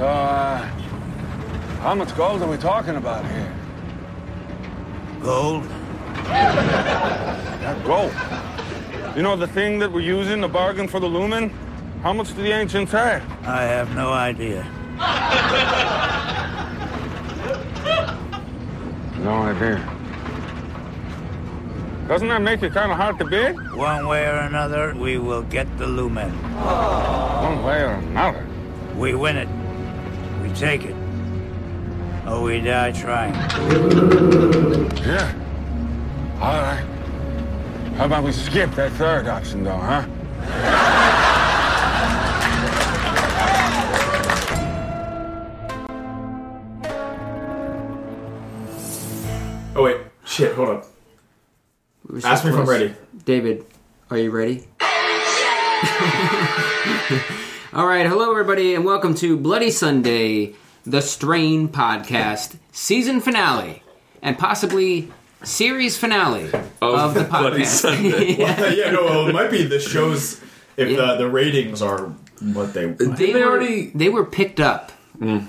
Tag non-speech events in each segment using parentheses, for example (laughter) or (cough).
uh, How much gold are we talking about here? Gold? That gold. You know the thing that we're using to bargain for the lumen? How much do the ancients have? I have no idea. No idea. Doesn't that make it kind of hard to bid? One way or another, we will get the lumen. One way or another. We win it. We take it. Or we die trying. Yeah. All right. How about we skip that third option, though, huh? Oh wait, shit, hold (laughs) on. We were so Ask me if I'm close. ready. David, are you ready? (laughs) All right, hello everybody, and welcome to Bloody Sunday, the Strain Podcast, season finale, and possibly series finale of, (laughs) the podcast. Bloody Sunday. yeah, no, well, it might be the shows if uh, Yeah. the, the ratings are what they. (laughs) They, They were, already- they were picked up Mm.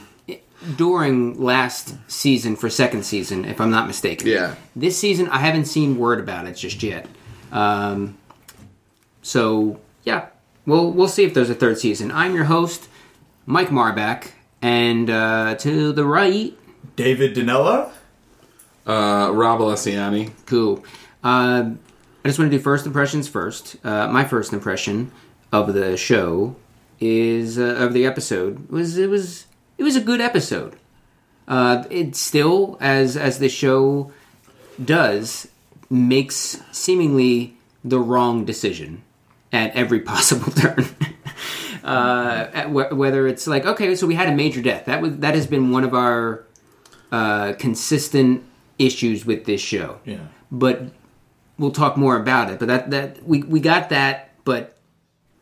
during last season for second season, if I'm not mistaken. Yeah. This season, I haven't seen word about it just yet. Um, so yeah, we'll we'll see if there's a third season. I'm your host, Mike Marback, and uh, to the right, David Danella. Uh, Rob Alessiani. cool. Uh, I just want to do first impressions first. Uh, my first impression of the show is uh, of the episode was it was it was a good episode. Uh, it still, as as the show does, makes seemingly the wrong decision at every (laughs) possible turn. uh, at wh- whether it's like okay, so we had a major death that was that has been one of our uh, consistent issues with this show Yeah. but we'll talk more about it. But that that we we got that, but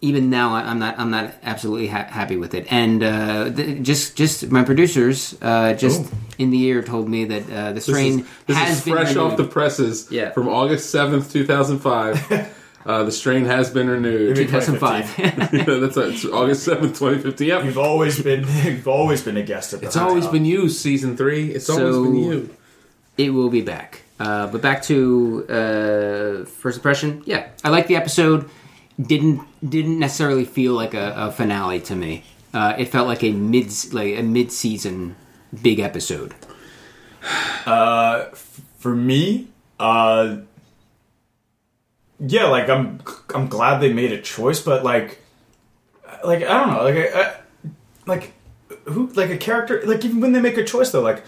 even now I, I'm not I'm not absolutely ha- happy with it. And uh, th- just just my producers uh, just Ooh. in the ear told me that uh, the strain Oh. This is, this has is been fresh off the renewed. presses Yeah. from August 7th, (laughs) 2005. uh, the strain has been renewed. (laughs) 2005. That's a, it's August 7th, 2015. Yep. You've always been (laughs) you've always been a guest at the It's always hotel. been you, season three. It's always So- been you. (laughs) it will be back. Uh, but back to uh, first impression. Yeah, I like the episode. Didn't didn't necessarily feel like a, a finale to me. Uh, it felt like a mid like a mid season big episode. for me. Uh, yeah, like I'm I'm glad they made a choice, but like, like I don't know, like I, I, like who like a character like even when they make a choice though like.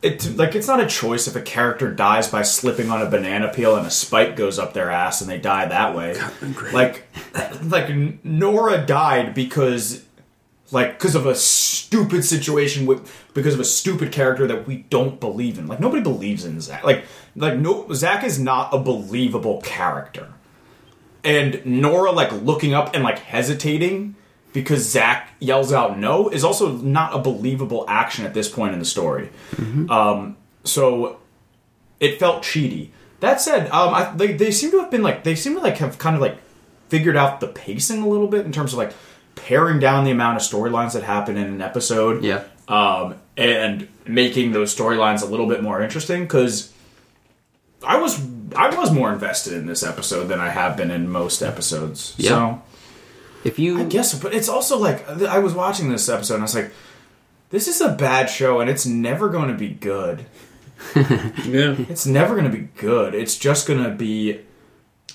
It, like it's not a choice if a character dies by slipping on a banana peel and a spike goes up their ass and they die that way. Like, like N- Nora died because, like, because of a stupid situation with because of a stupid character that we don't believe in. Like nobody believes in Zach. Like, like no, Zach is not a believable character. And Nora like looking up and like hesitating because Zach yells out no is also not a believable action at this point in the story. Um, So it felt cheaty. That said, um, I, they, they seem to have been like they seem to like have kind of like figured out the pacing a little bit in terms of like paring down the amount of storylines that happen in an episode. Yeah. Um, and making those storylines a little bit more interesting because I was I was more invested in this episode than I have been in most episodes. Yeah. So If you I guess, but it's also like I was watching this episode and I was like, this is a bad show and it's never going to be good. Yeah. It's never going to be good. It's just going to be.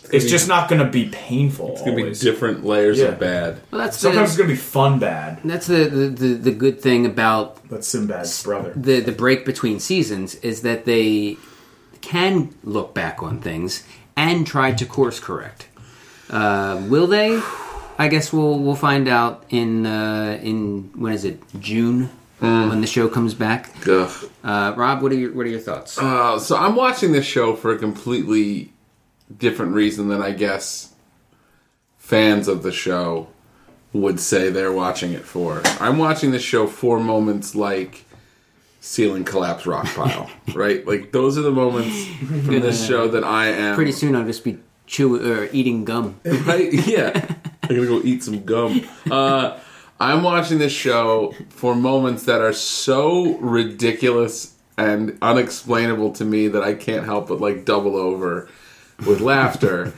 It's just not going to be painful. It's going to be always. different layers Yeah. of bad. well, that's Sometimes it's going to be fun bad. That's the, the, the, the good thing about That's Sinbad's brother. the, the break between seasons is that they can look back on things and try to course correct. Uh, will they? I guess we'll we'll find out in uh, in when is it June Mm. when the show comes back. Ugh. Uh, Rob, what are your what are your thoughts? Uh, so I'm watching this show for a completely different reason than I guess fans of the show would say they're watching it for. I'm watching this show for moments like ceiling collapse rock pile, (laughs) right? Like those are the moments from this show that I am Pretty soon I'll just be chew or eating gum. (laughs) right? Yeah, I'm gonna go eat some gum. Uh, I'm watching this show for moments that are so ridiculous and unexplainable to me that I can't help but like double over with laughter.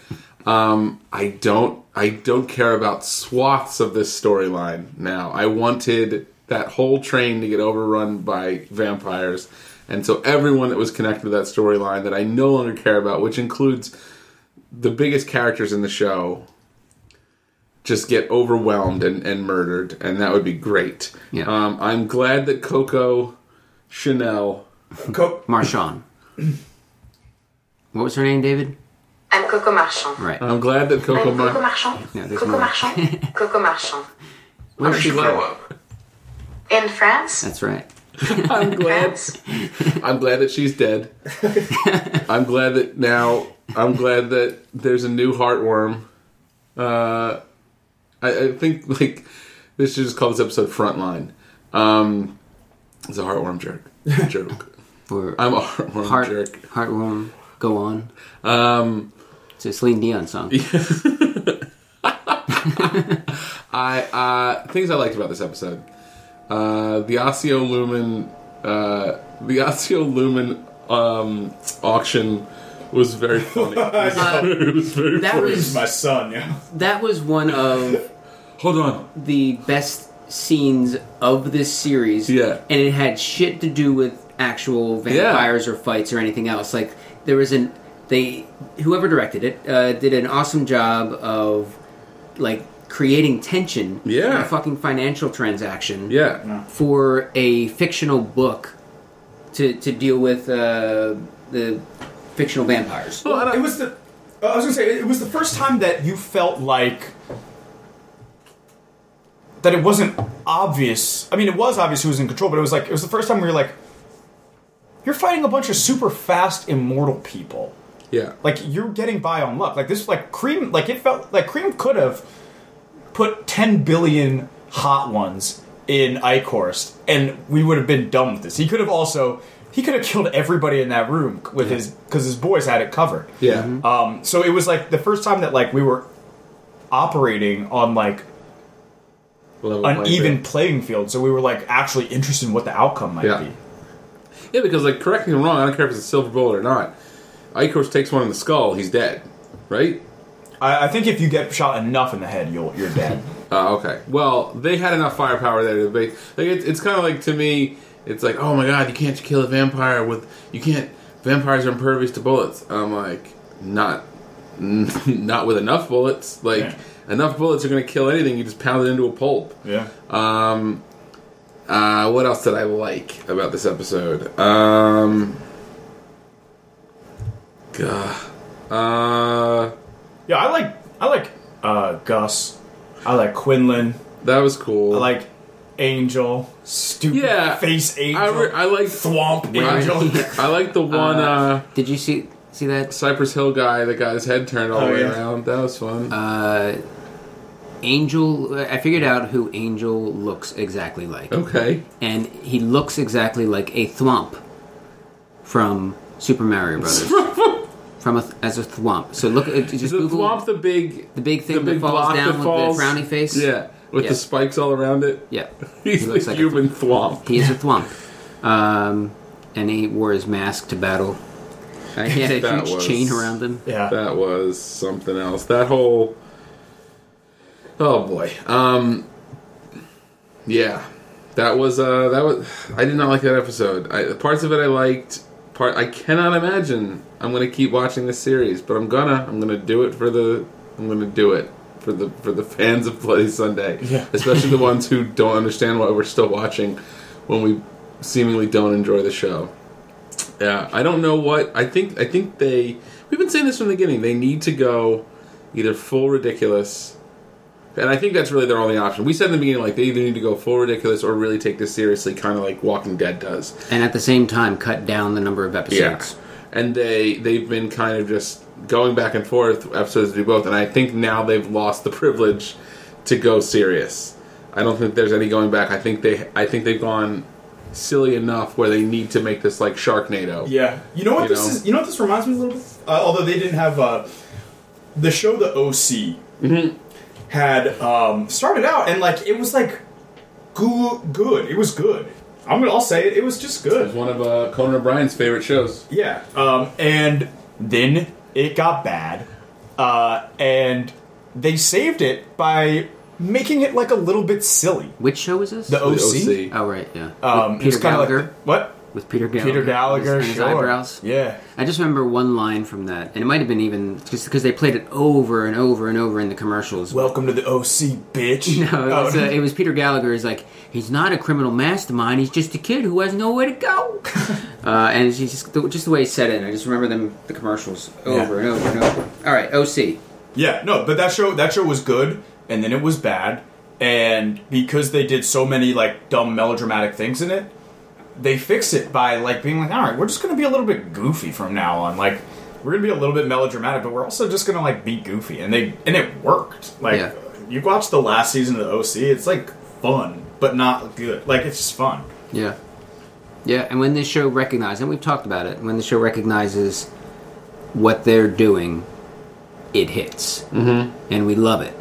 Um, I don't I don't care about swaths of this storyline now. I wanted that whole train to get overrun by vampires. And so everyone that was connected to that storyline that I no longer care about, which includes the biggest characters in the show just get overwhelmed and, and murdered, and that would be great. Yeah. Um, I'm glad that Coco Chanel. Co- (clears throat) Marshawn. What was her name, David? I'm Coco Marchand. Right. Uh, I'm glad that Coco. I'm Mar- Coco Marchand. Yeah, there's Coco more. (laughs) Marchand. Coco Marchand. Where I'm did she glad- grow up? In France. That's right. I'm (laughs) glad. France. I'm glad that she's dead. I'm glad that now. I'm glad that there's a new heartworm. Uh, I, I think like this should just call this episode Frontline. Um, it's a heartworm (laughs) jerk. Joke. Or I'm a heartworm heart, jerk. heartworm. Go on. Um. It's a Celine Dion song. I uh, things I liked about this episode. Uh, the Osseo Lumen, uh, the (laughs) Osseo Lumen um, auction was very funny. (laughs) it was very That funny. was my son, yeah. that was one of Hold on, the best scenes of this series. Yeah. And it had shit to do with actual vampires or fights or anything else. Like there was an they whoever directed it uh, did an awesome job of like creating tension Yeah. in a fucking financial transaction yeah, for a fictional book to to deal with uh, the fictional vampires. Well, it was the. uh, I was gonna say it was the first time that you felt like that it wasn't obvious. I mean, it was obvious who was in control, but it was like it was the first time we were like, you're fighting a bunch of super fast immortal people. yeah. Like you're getting by on luck. Like this, like cream. Like it felt like cream could have put 10 billion hot ones in Eichhorst, and we would have been done with this. He could have also. He could have killed everybody in that room with his because his boys had it covered. yeah. Um, so it was like the first time that like we were operating on like Level an playing even field. playing field. So we were like actually interested in what the outcome might Yeah. be. Yeah, because like, correct me if I'm wrong. I don't care if it's a silver bullet or not. Icarus takes one in the skull. He's dead, right? I, I think if you get shot enough in the head, you'll you're (laughs) dead. Uh, okay. Well, they had enough firepower there to bait. Like it's, it's kind of like to me, it's like, oh my god, you can't kill a vampire with you can't. Vampires are impervious to bullets. I'm like, not, (laughs) not with enough bullets. Like Yeah. enough bullets are going to kill anything. You just pound it into a pulp. yeah. Uh, what else did I like about this episode? Um, gah. Uh, Yeah, I like I like uh, Gus. I like Quinlan. that was cool. I like Angel. Stupid Yeah. face Angel. I, re- I like Thwomp (laughs) Angel. I, I like (laughs) the one. uh Did you see see that Cypress Hill guy that got his head turned all the Oh, way yeah. around. That was fun. Uh, Uh, Angel? I figured out who Angel looks exactly like. okay. and he looks exactly like a thwomp from Super (laughs) Mario Brothers. from a th- as a thwomp. So look, uh, just Is the Google thwomp the big the big thing the that big falls block down that with falls? the frowny face. Yeah, with Yeah. the spikes all around it. (laughs) yeah. He's He the looks like a human thwomp. He is a thwomp, um, and he wore his mask to (laughs) battle. Uh, he had a That huge (laughs) was- chain around him. yeah. That was something else. That whole oh boy. Um, yeah, that was uh that was. I did not like that episode. I, the parts of it I liked. Part I cannot imagine. I'm gonna keep watching this series, but I'm gonna. I'm gonna do it for the. I'm gonna do it for the for the fans of Bloody Sunday, Yeah. (laughs) especially the ones who don't understand why we're still watching when we seemingly don't enjoy the show. Yeah, I don't know what I think. I think they. We've been saying this from the beginning. They need to go either full ridiculous, and I think that's really their only option. We said in the beginning, like they either need to go full ridiculous or really take this seriously, kind of like Walking Dead does. And at the same time, cut down the number of episodes. and they they've been kind of just going back and forth episodes to do both, and I think now they've lost the privilege to go serious. I don't think there's any going back. I think they I think they've gone silly enough where they need to make this like Sharknado. Yeah, you know what You this know? is. You know what this reminds me a little bit. Uh, although they didn't have uh, Mm-hmm. the show, the OC had um, started out and like it was like goo- good. It was good. I'm gonna. I'll say it. It was just It was good. one of uh, Conan O'Brien's favorite shows. Yeah. Um. And then it got bad. Uh. And they saved it by making it like a little bit silly. Which show is this? The The OC. oh right, yeah. Um. with Peter it's kinda like Gallagher. the- what? with Peter Gallagher. Peter Gallagher. and his, sure. eyebrows. Yeah. I just remember one line from that, and it might have been even just because they played it over and over and over in the commercials. (laughs) Welcome to the OC, (laughs) bitch. No, it Oh, was, uh, it was Peter Gallagher. He's like, he's not a criminal mastermind. He's just a kid who has nowhere (laughs) to go. uh, and it's just the, just the way he said it. I just remember them the commercials over and over and over. All right, OC. Yeah, no, but that show that show was good, and then it was bad, and because they did so many like dumb melodramatic things in it, they fix it by like being like, all right, we're just gonna be a little bit goofy from now on. Like, we're gonna be a little bit melodramatic, but we're also just gonna like be goofy, and they and it worked. Like, Yeah. you watch the last season of the OC, it's like fun, but not good. Like, it's just fun. Yeah, yeah. And when this show recognizes, and we've talked about it, when the show recognizes what they're doing, it hits, mm-hmm. and we love it.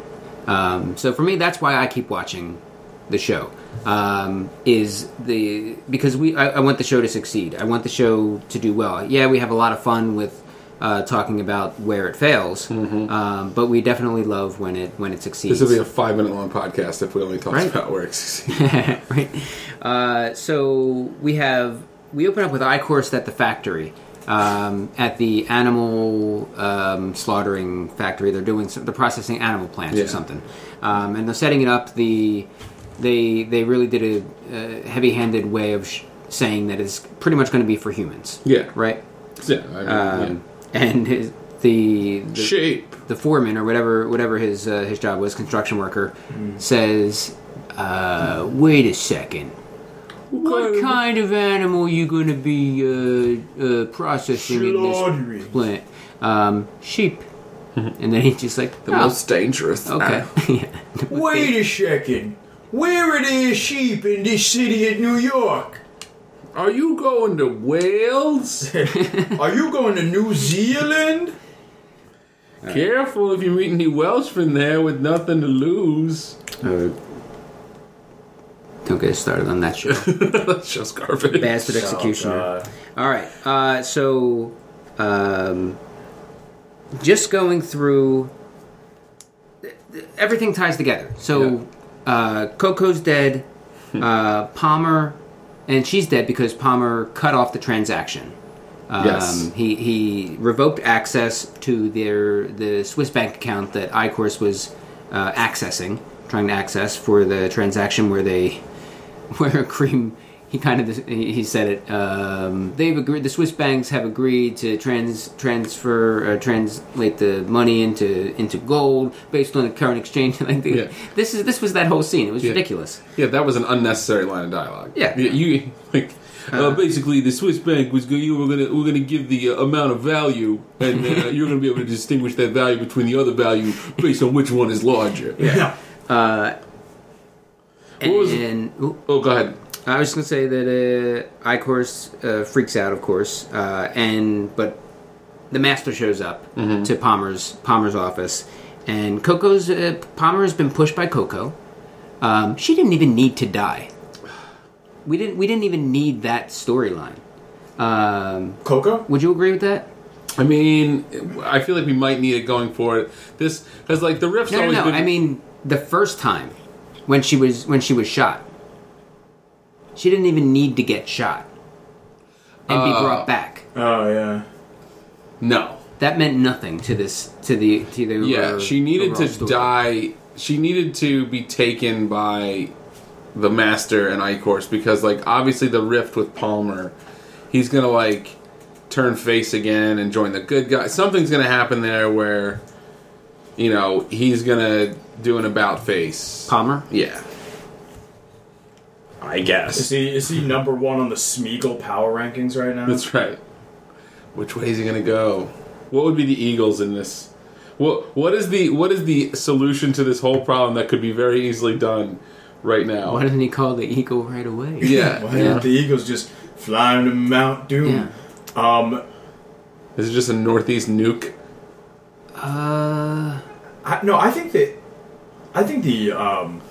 Um, so for me, that's why I keep watching the show. Um, is the because we I, I want the show to succeed. I want the show to do well. Yeah, we have a lot of fun with uh, talking about where it fails, um, but we definitely love when it when it succeeds. Mm-hmm. This will be a five minute long podcast if we only talked Right. about where it's. (laughs) (laughs) right. Uh, so we have we open up with iCourse at the factory. Um, at the animal um, slaughtering factory, they're doing some, they're processing animal plants Yeah. or something, um, and they're setting it up. The they they really did a, uh heavy-handed way of sh- saying that it's pretty much going to be for humans. Yeah. Right. Yeah, I mean, Um, And his, the, yeah. the shape. the foreman or whatever whatever his uh, his job was, construction worker, says, uh, "Wait a second, what kind of animal you going to be uh, uh, processing in Slaughtering. this plant? Um, sheep." and then he's just like, The "Oh, most dangerous. Uh, okay, (laughs) yeah, Wait a second, where are the sheep in this city at New York? Are you going to (laughs) Wales? Are you going to New Zealand? Careful if you meet any Welshmen there with nothing to lose. (laughs) Uh, don't get us started on that show, That's just garbage. (laughs) bastard executioner." All right. Uh, so, um, just going through everything ties together. So, uh, Coco's dead. Uh, Palmer, and she's dead because Palmer cut off the transaction. Um, Yes. He he revoked access to their the Swiss bank account that iCourse was uh, accessing, trying to access for the transaction where they (laughs) where Cream he kind of he he said it. Um, they've agreed. The Swiss banks have agreed to trans transfer uh, translate the money into into gold based on the current exchange. (laughs) like the, Yeah. this is this was that whole scene. It was Yeah. ridiculous. Yeah, that was an unnecessary line of dialogue. Yeah. Uh-huh. you like uh, basically the Swiss bank was go- you were gonna we're gonna give the uh, amount of value, and (laughs) uh, you're gonna be able to distinguish that value between the other value based on which one is larger. Yeah. And, was- ooh, Oh, go ahead. I was just gonna say that uh, iCourse uh, freaks out, of course, uh, and but the master shows up to Palmer's Palmer's office, and Coco's uh, Palmer has been pushed by Coco. Um, she didn't even need to die. We didn't. We didn't even need that storyline. Um, Coco? would you agree with that? I mean, I feel like we might need it going forward. This because like the riff's No, no, always no. been. I mean, the first time when she was when she was shot, she didn't even need to get shot and Uh, be brought back. Oh, yeah. no. that meant nothing to this to the to the Yeah, overall- she needed to overall story. die. She needed to be taken by the master and Icorse because, like, obviously the rift with Palmer, he's gonna like turn face again and join the good guy. Something's gonna happen there where, you know, he's gonna do an about face. Palmer. Yeah, I Is guess he is he number one on the Smeagol power rankings right now? that's right. Which way is he gonna go? What would be the Eagles in this? What what is the what is the solution to this whole problem that could be very easily done right now? Why didn't he call the eagle right away? Yeah. Why aren't the Eagles just flying to Mount Doom? Um, This is just a northeast nuke. Uh, I, no, I think that I think the um,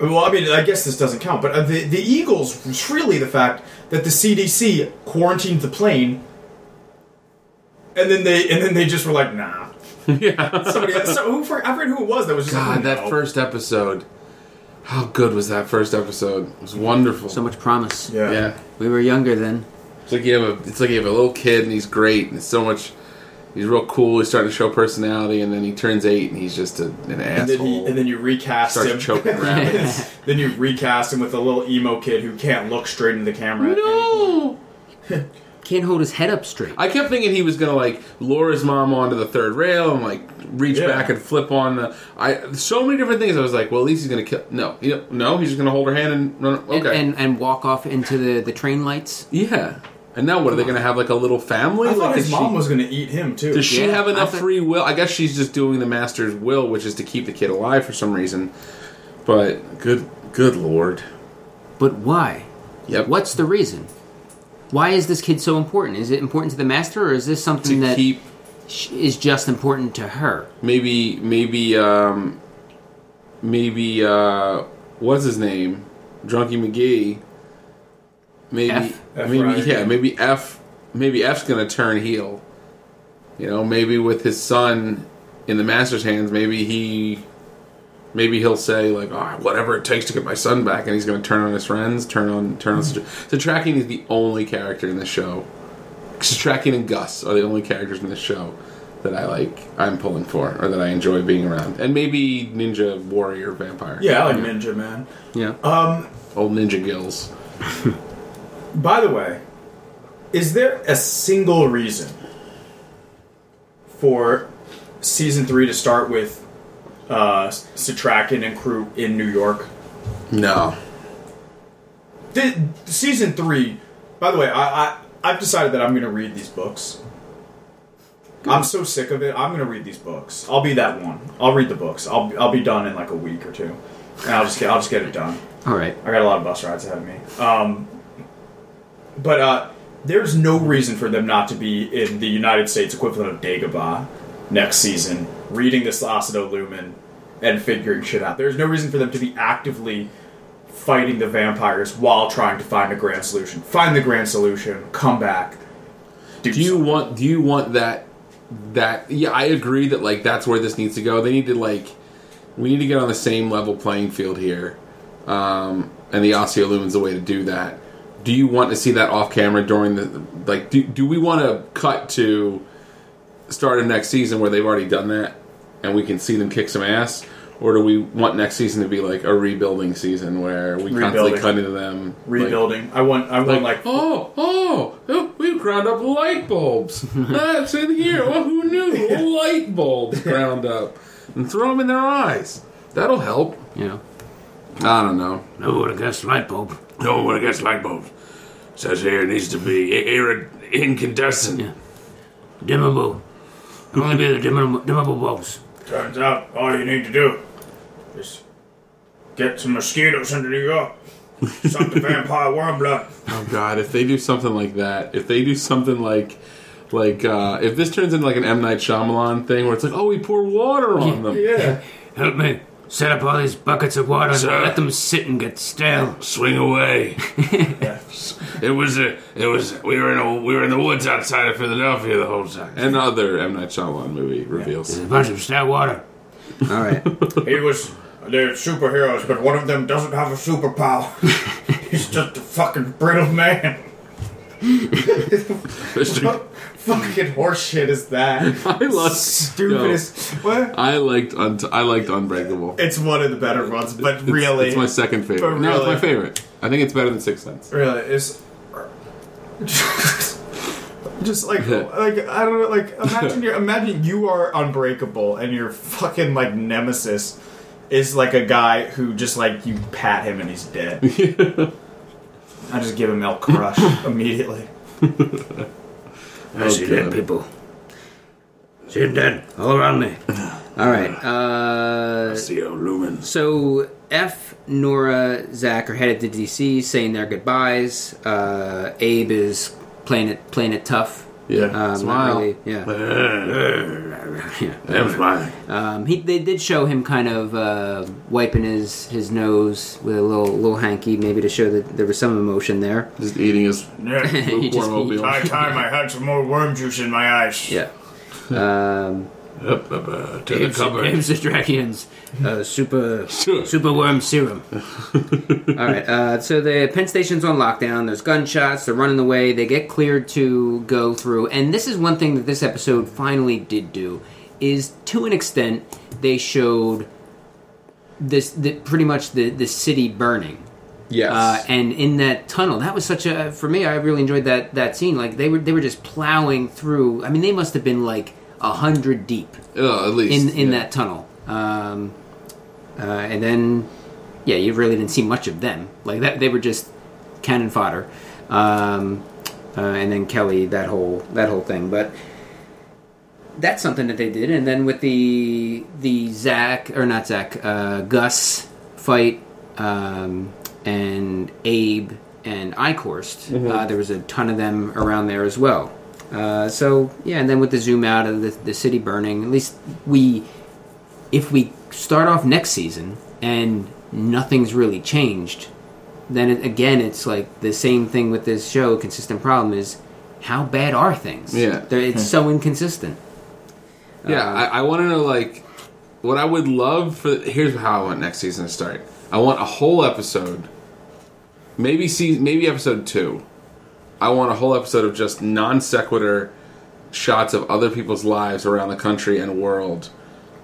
Well, I mean, I guess this doesn't count, but uh, the the Eagles was really the fact that the CDC quarantined the plane, and then they and then they just were like, (laughs) nah. Yeah. Somebody. So who? For, I forget who it was that was. Just God, like, "Oh, that no. first episode. How good was that first episode? It was wonderful. So much promise. Yeah. yeah. We were younger then. It's like you have a it's like you have a little kid and he's great and it's so much he's real cool, he's starting to show personality and then he turns eight and he's just a, an And then, asshole. he, and then you recast starts him. choking (laughs) rabbits. (laughs) then you recast him with a little emo kid who can't look straight into the camera. at any point. Can't hold his head up straight. I kept thinking he was gonna like lure his mom onto the third rail and like reach Yeah. back and flip on the I so many different things. I was like, well, at least he's gonna kill. No, you know, no, he's just gonna hold her hand and run. Okay, And, and and walk off into the, the train lights. yeah. And now what are they gonna have like a little family? I thought like, his does mom she, was going to eat him too. Does she Yeah, have I enough thought- free will? I guess she's just doing the master's will, which is to keep the kid alive for some reason. But good, good lord. But why? Yep. What's the reason? Why is this kid so important? Is it important to the master, or is this something to that keep? sh- is just important to her? Maybe, maybe, um, maybe. Uh, what's his name? Drunky McGee. Maybe, F? F maybe, Ryan. yeah, maybe F. Maybe F's gonna turn heel. You know, maybe with his son in the master's hands, maybe he. Maybe he'll say like, "Ah, whatever it takes to get my son back," and he's going to turn on his friends, turn on, turn on. Satrakian is the only character in the show. Satrakian and Gus are the only characters in the show that I like. I'm pulling for, or that I enjoy being around, and maybe Ninja Warrior Vampire. yeah, I like Ninja Man. Yeah. old Ninja Gills. By the way, is there a single reason for season three to start with uh, Satrakin and crew in New York? No, The, season three. By the way, I, I I've decided that I'm going to read these books. I'm so sick of it. I'm going to read these books. I'll be that one. I'll read the books. I'll I'll be done in like a week or two. And I'll just get I'll just get it done. All right. I got a lot of bus rides ahead of me. Um, but uh, there's no reason for them not to be in the United States equivalent of Dagobah next season, reading this Lacido Lumen and figuring shit out. There's no reason for them to be actively fighting the vampires while trying to find a grand solution. Find the grand solution, come back. Do you something. want? Do you want that? That yeah, I agree that like that's where this needs to go. They need to like, we need to get on the same level playing field here, um, and the Osseo Lumen's the way to do that. Do you want to see that off camera during the like? Do, do we want to cut to start of next season where they've already done that and we can see them kick some ass, or do we want next season to be like a rebuilding season where we constantly Rebuilding. cut into them like, rebuilding? I want I want like, oh, oh, oh, we ground up light (laughs) bulbs. That's in here. Well, who knew? Light bulbs ground up and throw them in their eyes. That'll help. Yeah. I don't know. No one against light bulb. No one against light bulbs. Says here it needs to be i- irrid- incandescent. Yeah. Dimmable. Only be the dimmable, dimmable bulbs. Turns out all you need to do is get some mosquitoes into New York. Suck the vampire worm blood. Oh God, if they do something like that, if they do something like, like, uh, if this turns into like an M Night Shyamalan thing where it's like, oh, we pour water on them. yeah. Help me set up all these buckets of water Sir. and let them sit and get stale. (laughs) Swing away. it was a. It was. We were in a. We were in the woods outside of Philadelphia the whole time. Another M Night Shyamalan movie reveals. There's a bunch of stale water. All right. He was. They're superheroes, but one of them doesn't have a superpower. He's just a fucking brittle man. Mr. Fucking horseshit is that? (laughs) (laughs) I love. Stupidest. What? I liked. Un- I liked Unbreakable. It's one of the better ones, but It's- really, It's my second favorite. But No, it's my really. favorite. I think it's better than Sixth Sense. really, it's (laughs) just (laughs) like like I don't know. Like imagine you imagine you are unbreakable, and your fucking like nemesis is like a guy who just like you pat him and he's dead. (laughs) I just give him milk crush immediately. I see dead God. people. See them dead all around me. (laughs) All right. Uh, Theo Lumens. so F, Nora, Zach are headed to DC, saying their goodbyes. Uh, Abe is playing it playing it tough. Yeah. Um, Smile. Not really, yeah. yeah. I'm smiling. Um, he, they did show him kind of uh, wiping his, his nose with a little little hanky, maybe to show that there was some emotion there. Just eating his Yeah. (laughs) He just- lukewarm oatmeal. High time I had some more worm juice in my eyes. Yeah. Um, Up, up, uh, to the Apes- cupboard. Apes and Dragons, uh, super super worm serum. All right, uh, so the Penn Station's on lockdown. There's gunshots. They're running away. They get cleared to go through. And this is one thing that this episode finally did do is to an extent they showed this the, pretty much the the city burning. Yes. Uh, and in that tunnel, that was such a for me. I really enjoyed that that scene. Like they were they were just plowing through. I mean, they must have been like a hundred deep Ugh, at in least in yeah. that tunnel. Um, uh, and then, yeah, you really didn't see much of them. Like that, they were just cannon fodder. Um, uh, and then Kelly, that whole that whole thing. But that's something that they did. And then with the the Zach or not Zach, uh, Gus fight, um, and Abe and Icorst, uh, there was a ton of them around there as well. Uh, so yeah, and then with the zoom out of the, the city burning, at least we, if we start off next season and nothing's really changed, then it, again it's like the same thing with this show. Consistent problem is how bad are things? Yeah. They're- it's so inconsistent. Yeah, I, I want to know like what I would love for. Here's how I want next season to start. I want a whole episode, maybe see maybe episode two. I want a whole episode of just non sequitur shots of other people's lives around the country and world,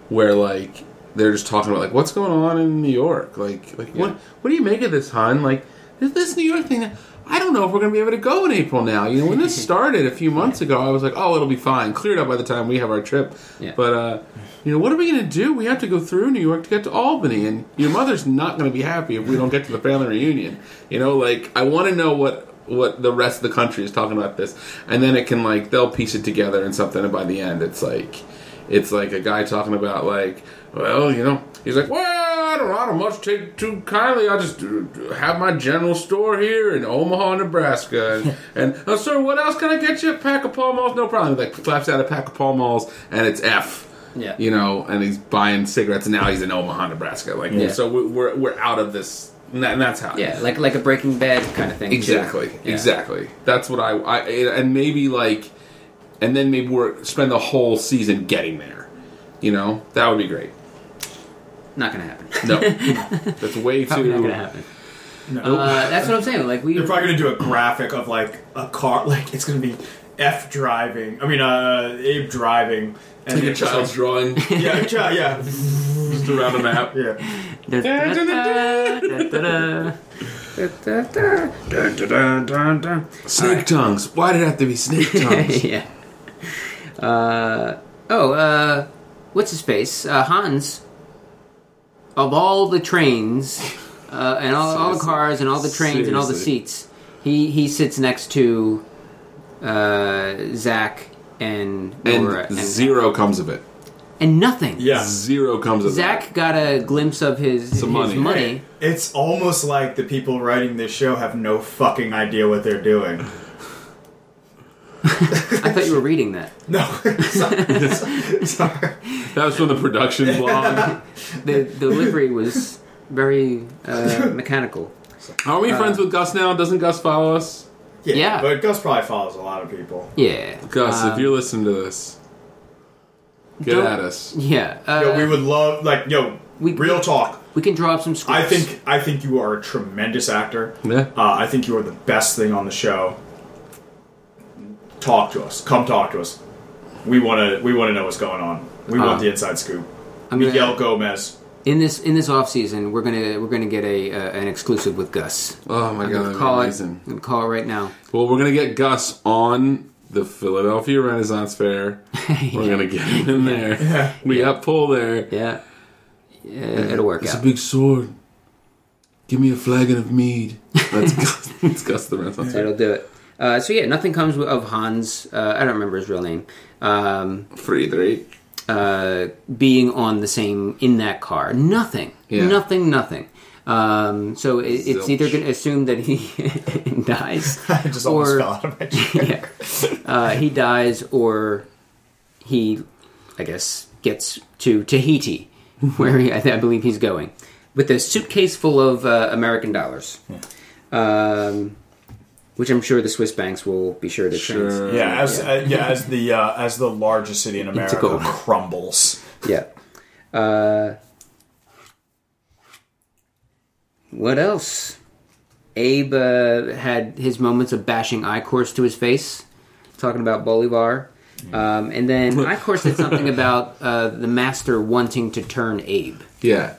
where like they're just talking about like what's going on in New York. Like like what what do you make of this, hun? Like this, this New York thing. I don't know if we're going to be able to go in April now. You know, when this started a few months ago, I was like, "Oh, it'll be fine, cleared up by the time we have our trip." Yeah. But uh, you know, what are we going to do? We have to go through New York to get to Albany, and your mother's not going to be happy if we don't get to the family reunion. You know, like I want to know what what the rest of the country is talking about this, and then it can like they'll piece it together and something. And by the end, it's like it's like a guy talking about like, well, you know, he's like, well, I don't, I don't much take too kindly. I just uh, have my general store here in Omaha, (laughs) Nebraska, and, and uh, sir, what else can I get you? A pack of Pall Malls, no problem. He, like flaps out a pack of Pall Malls, and it's F. Yeah. you know, and he's buying cigarettes, and now he's in Omaha, Nebraska. Like, Yeah. so we're, we're we're out of this, and, that, and that's how. Yeah, like like a Breaking Bad kind of thing. too. Exactly. Yeah. Exactly. That's what I, I and maybe like and then maybe we're spend the whole season getting there. You know? That would be great. Not gonna happen. (laughs) No. that's way Probably not too gonna happen. Uh, that's what I'm saying. Like we They're probably gonna do a graphic of like a car, like it's gonna be F driving. I mean, uh, Abe driving. And like a it's child's like- drawing Yeah, a child, yeah, (laughs) just around (laughs) a map. yeah. Snake tongues. Why did it have to (laughs) be snake (laughs) tongues? yeah. Uh, oh, uh, what's his face? Uh, Hans. Of all the trains, uh, and all, all the Seriously. cars, and all the trains, and all the Seriously. seats, he he sits next to uh, Zach and Nora, and zero comes of it. and nothing. Yeah. Zero comes of it. Zach got a glimpse of his Some his money. money. It's almost like the people writing this show have no fucking idea what they're (laughs) doing. I thought you were reading that. No, (laughs) sorry. sorry. That was from the (laughs) production um, blog. (laughs) The delivery was very (laughs) uh, mechanical. Are we friends with Gus now? Doesn't Gus follow us? Yeah, Yeah. but Gus probably follows a lot of people. Yeah. Gus, Um, if you're listening to this, get don't- at us. Yeah. Uh, Yo, we would love, like, yo, we- real talk. we can draw up some scripts. I think I think you are a tremendous actor. Yeah. Uh, I think you are the best thing on the show. Talk to us. Come talk to us. We want to. We want to know what's going on. We Uh, want the inside scoop. I'm gonna- Miguel Gomez. in this in this off season we're gonna we're gonna get a uh, an exclusive with Gus. Oh my god, I'm that'd gonna be call it. amazing. I'm gonna call it right now. Well, we're gonna get Gus on the Philadelphia Renaissance (laughs) Fair. We're gonna get him in there. We got Paul there. Yeah. Yeah, it'll work It's a out. big sword. Give me a flagon of (laughs) mead. That's Gus. That's Gus the Renaissance Fair. It'll do it. Uh, so yeah, nothing comes of Hans. Uh, I don't remember his real name. Um, Free three. uh, being on the same in that car. Nothing. Yeah. Nothing. Nothing. Um, so it, it's either going to assume that he (laughs) dies, (laughs) I just almost fell out of my chair. yeah, uh, he dies or he, I guess, gets to Tahiti, (laughs) where he, I, I believe he's going, with a suitcase full of uh, American dollars, um, which I'm sure the Swiss banks will be sure to trans- Sure. Yeah, as yeah, uh, yeah as the uh, as the largest city in America over. crumbles. Yeah. Uh, what else? Abe uh, had his moments of bashing Icorse to his face, talking about Bolivar. Um, and then (laughs) Icorse said something about uh, the master wanting to turn Abe. Yeah.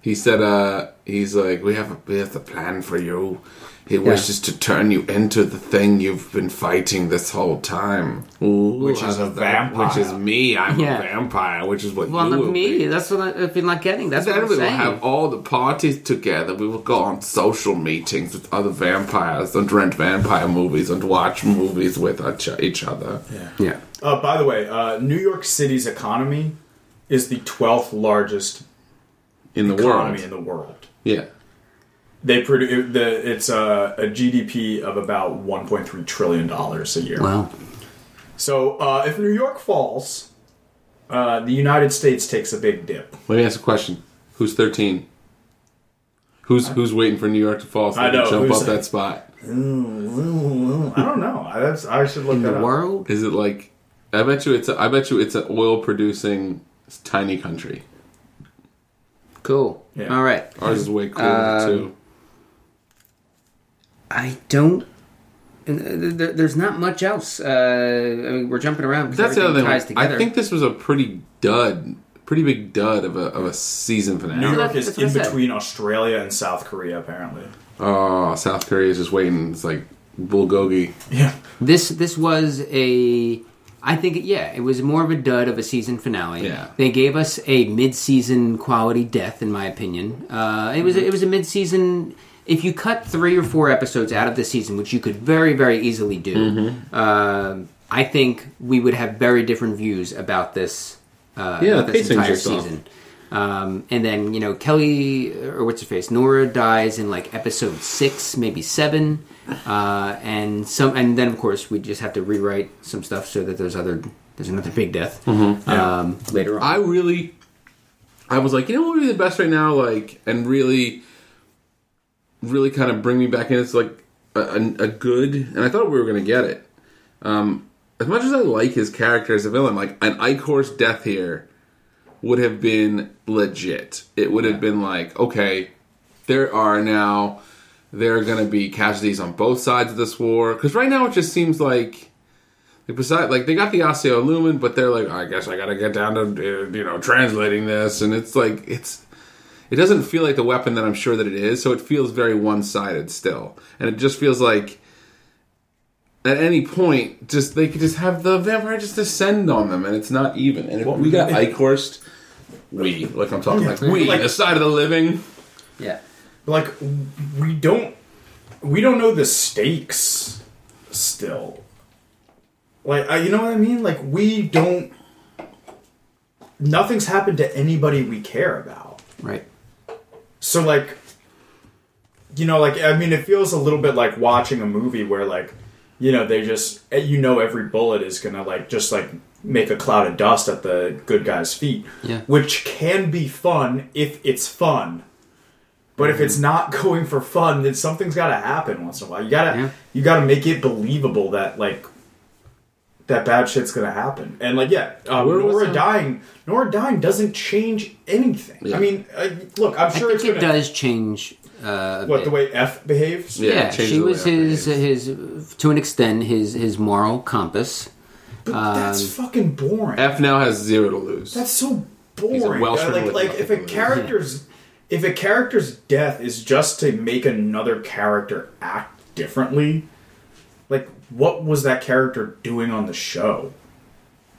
He said, uh, he's like, we have a, we have the plan for you. He wishes to turn you into the thing you've been fighting this whole time, Which is a vampire. which is me. I'm Yeah. a vampire, which is what Well, you not will me. be. That's what I, if you're not getting. That's what Then I'm we will saying. have all the parties together. We will go on social meetings with other vampires and rent vampire movies and watch movies with each each other. yeah. Uh, by the way, uh, New York City's economy is the twelfth largest In the economy in world. the world. Yeah. They produce the it's uh, a, a GDP of about one point three trillion dollars a year. Wow. So uh, if New York falls, uh, the United States takes a big dip. Let me ask a question. Who's 13? Who's who's waiting for New York to fall so I they can know, jump who's- up that spot? I don't know. I, that's, I should look In that the up. world? Is it like I bet you it's a, I bet you it's an oil producing tiny country. Cool. Yeah. All right. Ours is way cooler Uh, too. I don't. and, uh, th- th- There's not much else. Uh, I mean, we're jumping around because That's the everything other thing. ties together. I think this was a pretty dud, pretty big dud of a of a season New finale. York That's- is that's what I in said. between Australia and South Korea, apparently. Oh, South Korea is just waiting. It's like bulgogi. Yeah. This this was a I think yeah, it was more of a dud of a season finale. Yeah. They gave us a mid-season quality death in my opinion. Uh, it was Mm-hmm. it was a mid-season if you cut 3 or 4 episodes out of the season, which you could very very easily do. Mm-hmm. um, I think we would have very different views about this uh, Yeah, about this pacing's entire just off. season. Um, and then you know Kelly or what's her face Nora dies in like episode six, maybe seven, uh, and some, and then of course we just have to rewrite some stuff so that there's other there's another big death Mm-hmm. um, later on. I really, I was like, you know what would be the best right now? Like, and really, really kind of bring me back in. It's like a, a, a good, and I thought we were going to get it. Um, as much as I like his character as a villain, like an Ike Horse death here would have been legit. It would have been like, okay, there are now there are going to be casualties on both sides of this war because right now it just seems like like besides like they got the osseo lumen but they're like "Oh, i guess i gotta get down to uh, you know translating this and it's like it's it doesn't feel like the weapon that i'm sure that it is so it feels very one-sided still and it just feels like at any point just they could just have the vampire just descend on them and it's not even and if we got icorsed we like i'm talking like we Like- the side of the living yeah, like we don't we don't know the stakes still like I, you know what i mean like we don't nothing's happened to anybody we care about right. so like you know like i mean it feels a little bit like watching a movie where like you know they just eh, you know every bullet is gonna like just like make a cloud of dust at the good guy's feet Yeah. which can be fun if it's fun but Mm-hmm. if it's not (laughs) going for fun then something's gotta happen once in a while you gotta Yeah. you gotta make it believable that like that bad shit's gonna happen and like yeah um, Where was nora that? dying nora dying doesn't change anything i Yeah. mean uh, look i'm I sure think it's it gonna, does change. Uh, a what bit. the way F behaves? Yeah, it yeah, changes she the way was I his his to an extent his his moral compass. but that's Um, fucking boring. f now has zero to lose that's so boring. He's a Welshman Uh, like, with like nothing if a to lose. character's if a character's death is just to make another character act differently, like what was that character doing on the show?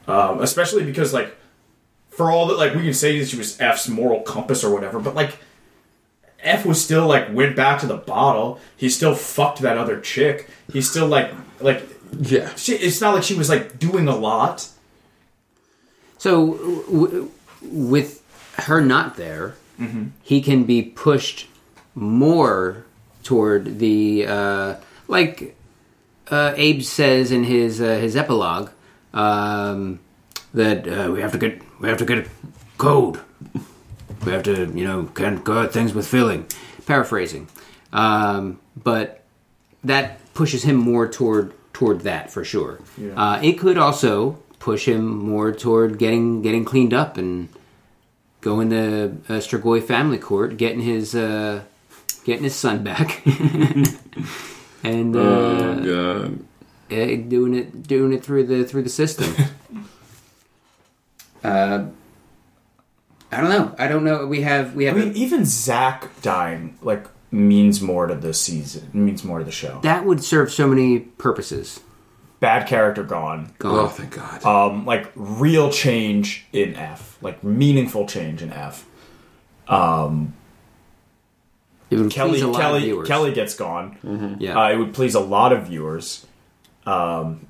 Um, especially because like for all that like we can say that she was F's moral compass or whatever, but like F was still like went back to the bottle. He still fucked that other chick. He still like like yeah she, it's not like she was like doing a lot. So, w- w- with her not there, Mm-hmm. he can be pushed more toward the uh, like uh, Abe says in his uh, his epilogue um, that uh, we have to get we have to get code. We have to you know can go at things with feeling. Paraphrasing, um, but that pushes him more toward toward that for sure. Uh, it could also push him more toward getting getting cleaned up and going to uh, Strigoi family court, getting his uh, getting his son back, (laughs) and uh, Oh, God. eh, doing it doing it through the through the system. (laughs) uh, I don't know. I don't know. We have we I have mean, even Zach dying like means more to the season. Means more to the show. that would serve so many purposes. Bad character gone. Oh, thank God. Um, like real change in F. Like meaningful change in F. It would Kelly please a lot of Kelly viewers. Mm-hmm. Kelly gets gone. Yeah. (laughs) Uh, it would please a lot of viewers. Um,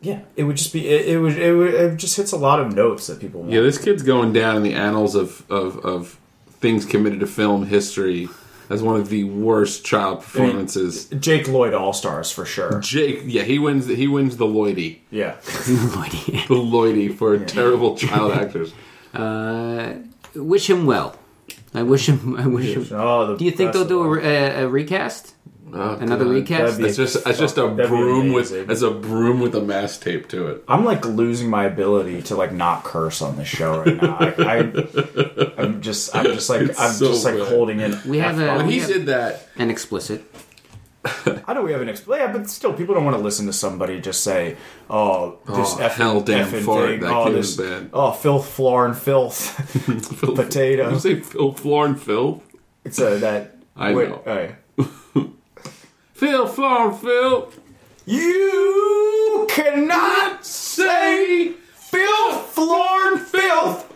yeah, it would just be it, it would it would it just hits a lot of notes that people want. Yeah, this kid's going down in the annals of, of, of things committed to film history as one of the worst child performances. Jake Lloyd All Stars for (laughs) sure. Jake, yeah, he wins. He wins the Lloydie, Yeah, (laughs) Lloyd. (laughs) the Lloydie for terrible child (laughs) actors. Uh, wish him well. I wish him. I wish him. Oh, the Do you think best they'll do a, of re- a, a recast? Oh, Another God. That'd recast? be- It's just it's just a That'd be broom with amazing. it's a broom with a mask tape to it. I'm like losing my ability to like not curse on this show right now. I, I, I'm just, I'm just like, I'm so just like bad. holding it. We have a- Oh, When we he have- did that, An explicit. I know we have an expl- yeah, but still, people don't want to listen to somebody just say, "Oh, this Oh, effing, hell, damn effing fart, thing. that oh, kid this, was bad. oh, filth, floor, and filth." (laughs) Phil, Potato. Did you say Phil, Floor, and Phil, it's a, that. I know. alright. Phil, Floor, and Phil. You cannot say filth, floor, and filth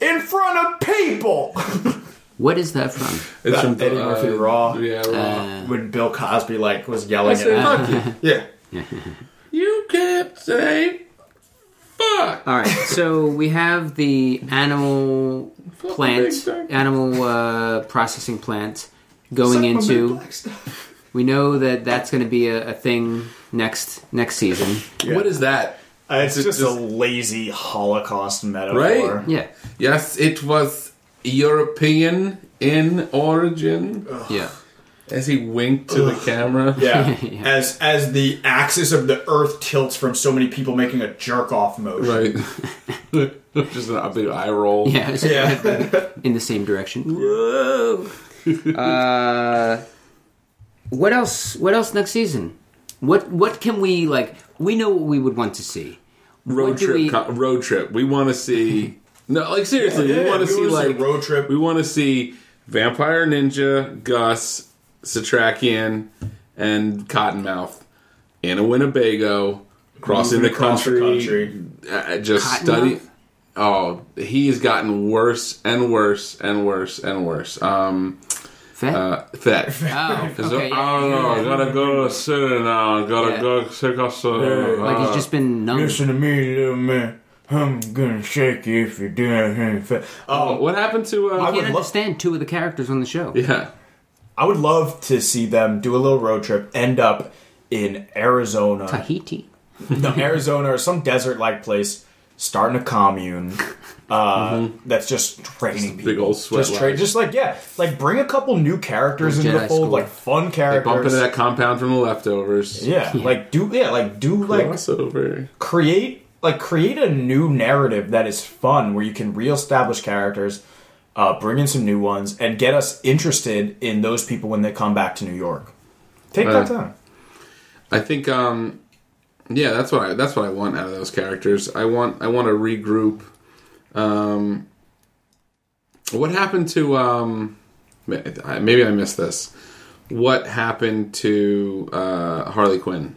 in front of people. What is that from? It's from uh, Eddie Murphy Raw. Uh, Yeah, Raw. when Bill Cosby like was yelling at say him. fuck you. (laughs) Yeah. You can't say fuck. All right, so we have the animal plant, Fucking big time. animal uh, processing plant going into. We know that that's going to be a, a thing next next season. What is that? (laughs) It's, It's just, a just- lazy Holocaust metaphor. Right? Yeah, Yes, it was European in origin. yeah. As he winked to the camera. (laughs) Yeah. As as the axis of the Earth tilts from so many people making a jerk off motion. (laughs) Right. (laughs) Just a big eye roll. Yeah, it's Yeah. in the same direction. Whoa. uh, what else? What else next season? What What can we like? We know what we would want to see. Road What do trip. we- co- road trip. We want to (laughs) see. No, like seriously, Yeah, we want we to see wanna see like road trip. We want to see Vampire Ninja, Gus, Satrakian, and Cottonmouth in a Winnebago (laughs) crossing the Moving across the country. country. Uh, just study. Oh, he has gotten worse and worse and worse and worse. Um, Fat? uh, (laughs) that. oh, So, okay, yeah, I don't yeah, know. yeah. I gotta go to the city now. I gotta Yeah. go check out some. Like he's just been numb. Listen to me, little man. I'm gonna shake you if you do anything. fa- Oh, what happened to? Uh, I can't would love- understand two of the characters on the show. yeah. I would love to see them do a little road trip, end up in Arizona, Tahiti. no, (laughs) Arizona or some desert like place, starting a commune. Uh, That's just training people. big old sweat Just, tra- lodge. just like yeah, like bring a couple new characters Like into the Jedi fold, school. like fun Bump characters. into that compound from the (laughs) leftovers. Yeah, like do yeah, like do like Crossover. create like create a new narrative that is fun where you can reestablish characters, uh, bring in some new ones, and get us interested in those people when they come back to New York. Take that Uh, time. I think. um Yeah, that's what I. That's what I want out of those characters. I want. I want to regroup. Um, what happened to? um ma- I- Maybe I missed this. What happened to uh Harley Quinn?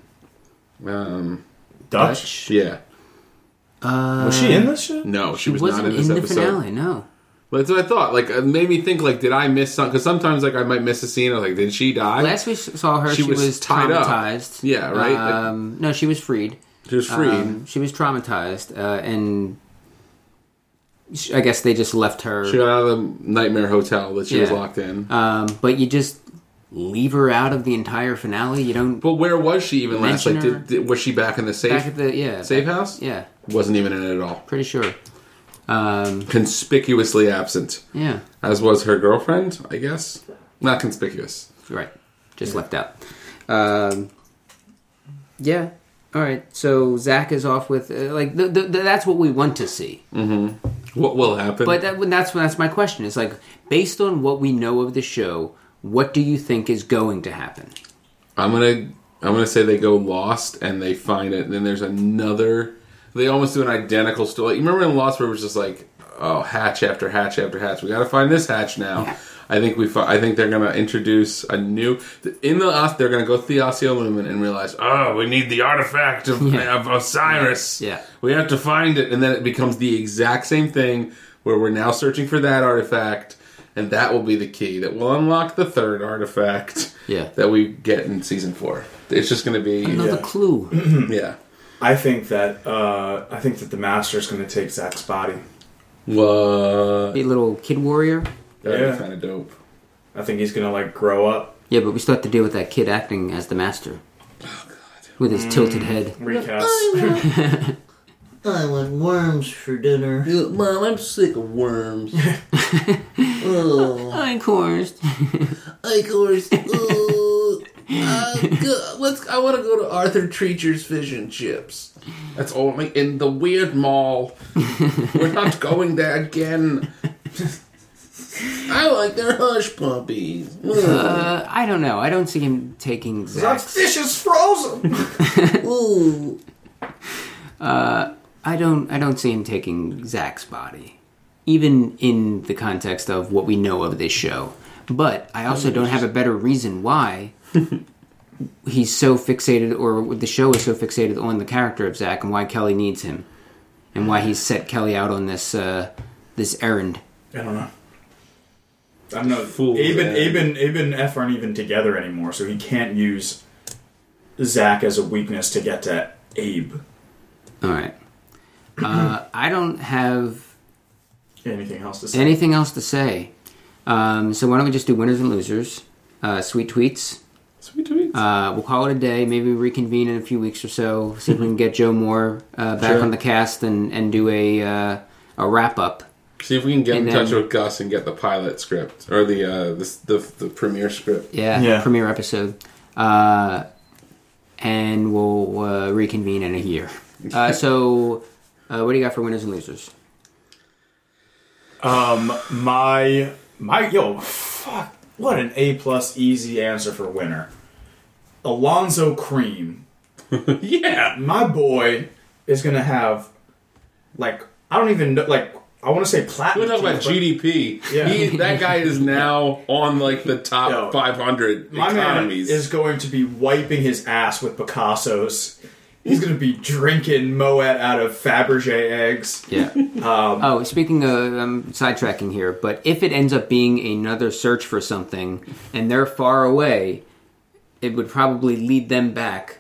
Um, Dutch. yeah. Was she in this shit? No, she, She was wasn't not in this in the episode. finale. No. Well, That's what I thought. Like, it made me think. Like, did I miss something? Because sometimes, like, I might miss a scene. Or like, did she die? Last we saw her, she, She was, was tied up. traumatized. Yeah, right? Like- Um, no, she was freed. she was freed. Um, she was traumatized, uh, and sh- I guess they just left her. She got out of the nightmare hotel that she was Yeah. locked in. Um, but you just leave her out of the entire finale. You don't but where was she even last? mention Like, her. did, did, was she back in the safe back at the yeah safe house? Yeah, wasn't even in it at all. pretty sure. Um, Conspicuously absent, yeah, as was her girlfriend. I guess not conspicuous. right. Just left out. Um, yeah. All right. So Zach is off with uh, like th th th that's what we want to see. What will happen? But that, that's that's my question. Is like based on what we know of the show, what do you think is going to happen? I'm gonna I'm gonna say they go lost and they find it, and then there's another. They almost do an identical story. Like, you remember in Lost where it was just like, oh, hatch after hatch after hatch. We gotta find this hatch now. I think we. fi- I think they're gonna introduce a new in the os- they're gonna go through the Osceolumen and realize, oh, we need the artifact of, Yeah. of Osiris. Yeah. we have to find it, and then it becomes the exact same thing where we're now searching for that artifact, and that will be the key that will unlock the third artifact Yeah. that we get in season four. It's just going to be Another Yeah. clue. yeah. I think that uh, I think that the master's going to take Zach's body. What? Be a little kid warrior. That'd Yeah. be kind of dope. I think he's going to like grow up, Yeah, but we still have to deal with that kid acting as the master. With his tilted head. recast. I want worms for dinner. Mom, I'm sick of worms. Oh, of course. Of (laughs) course. let's. I want to uh, go to Arthur Treacher's fish and chips. That's only in the weird mall. We're (laughs) not going there again. I like their hush puppies. Ooh, Uh, I don't know. I don't see him taking That Zach's. fish is frozen. ooh. I don't. I don't see him taking Zach's body, even in the context of what we know of this show. But I also don't have a better reason why he's so fixated, or the show is so fixated on the character of Zach, and why Kelly needs him, and why he's set Kelly out on this uh, this errand. I don't know. I'm no Fool, fool. Abe and, yeah. Abe and, Abe and F aren't even together anymore, so he can't use Zach as a weakness to get to Abe. All right. Uh, I don't have Anything else to say? anything else to say. Um, so why don't we just do winners and losers, uh, sweet tweets. (laughs) Sweet tweets. Uh, we'll call it a day. Maybe reconvene in a few weeks or so. See if we can get Joe Moore uh, back Sure. on the cast and and do a uh, a wrap up. See if we can get And in then- touch with Gus and get the pilot script or the uh, the, the the premiere script. Yeah, Yeah. premiere episode. Uh, and we'll uh, reconvene in a year. Uh, so, uh, what do you got for winners and losers? my my yo fuck what an A plus easy answer for winner. Alonzo (laughs) Cream. yeah. My boy is gonna have like I don't even know like I wanna say We're platinum. talking about teeth, but- GDP. Yeah. He, that guy is now on like the top Yo, 500 My man economies. is going to be wiping his ass with Picasso's. He's going to be drinking Moet out of Fabergé eggs. Yeah. oh, speaking of, I'm sidetracking here, but if it ends up being another search for something and they're far away, it would probably lead them back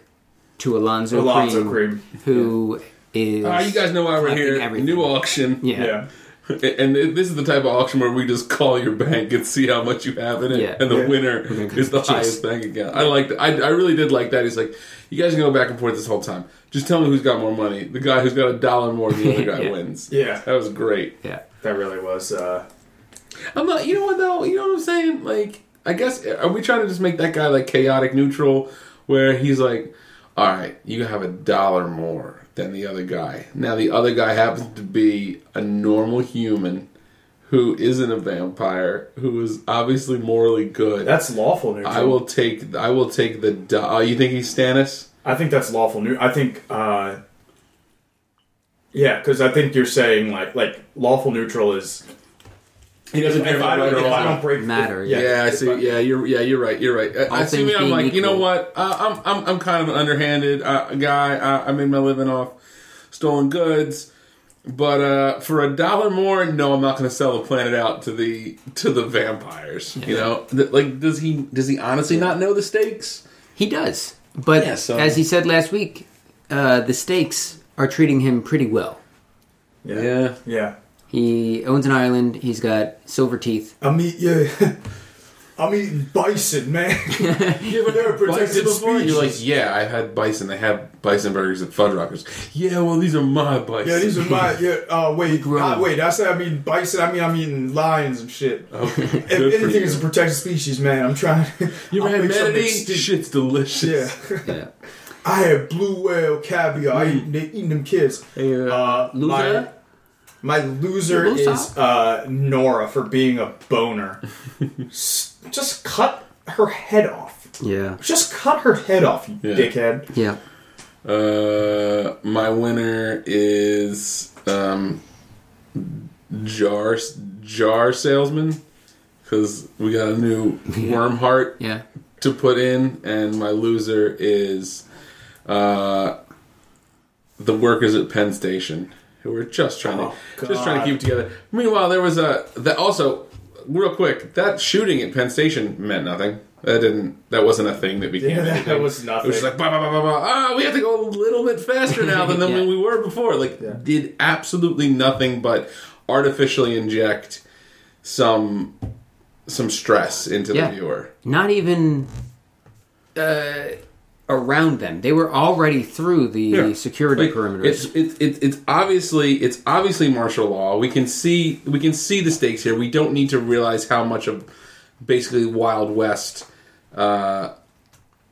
to Alonzo, Alonzo Cream. who is Ah, you guys know why we're collecting here. everything. New auction. Yeah. Yeah. And th- this is the type of auction where we just call your bank and see how much you have in it, Yeah. and the Yeah. winner is the Jeez. highest bank account. I liked. I, I really did like that. He's like, you guys can go back and forth this whole time. Just tell me who's got more money. The guy who's got a dollar more than the (laughs) other guy Yeah. wins. Yeah. that was great. Yeah. That really was. Uh, I'm not. You know what though? You know what I'm saying? Like, I guess are we trying to just make that guy like chaotic neutral, where he's like, all right, you have a dollar more than the other guy. Now the other guy happens to be a normal human who isn't a vampire, who is obviously morally good. that's lawful neutral. I will take. I will take the. Do- oh, you think he's Stannis? I think that's lawful new. I think. Uh, yeah, because I think you're saying like like lawful neutral is He doesn't if I don't, if I don't break Matter, if- Yeah, I if see. Yeah, you're. Yeah, you're right. You're right. I, I All see. things Me, I'm being like, you know equal. what? Uh, I'm. I'm. I'm kind of an underhanded uh, guy. Uh, I made my living off stolen goods, but uh, for a dollar more, no, I'm not going to sell the planet out to the to the vampires. You know, Th- like, does he? Does he honestly not know the stakes? He does. But Yeah, so- as he said last week, uh, the stakes are treating him pretty well. Yeah. yeah, He owns an island. He's got silver teeth. I'm eat yeah. I'm eating bison, man. (laughs) you ever heard of protected speech? You're like, yeah, I've had bison. I have bison burgers at Fuddruckers. Yeah, well, these are my bison. yeah, these are my yeah. Uh, wait, grown. uh, wait. I said I mean bison. I mean I'm eating lions and shit. (laughs) Okay, If good for (laughs) anything you. is a protected species, man. I'm trying. You I'll ever had make something manatee? extinct. Shit's delicious. (laughs) Yeah. Yeah. I had blue whale caviar. I eat, they eating them kids. Uh, Loser? My, my loser Your loser? is uh, Nora for being a boner. S- Just cut her head off. Yeah. Just cut her head off, you Yeah. dickhead. Yeah. Uh, my winner is um, jar jar salesman because we got a new worm heart Yeah. to put in, and my loser is uh, the workers at Penn Station who were just trying to Oh, just trying to God. keep it together. Meanwhile, there was a that also real quick that shooting at Penn Station meant nothing. That didn't. That wasn't a thing that became. Yeah, (laughs) that anything. was It was nothing. just like bah, bah, bah, bah, bah. ah, we have to go a little bit faster now than, (laughs) than Yeah. we were before. Like did absolutely nothing but artificially inject some some stress into Yeah. the viewer. Not even uh, around them. They were already through the Yeah. security Like, perimeter. It's it's it's it's obviously it's obviously martial law. We can see we can see the stakes here. We don't need to realize how much of basically Wild West uh,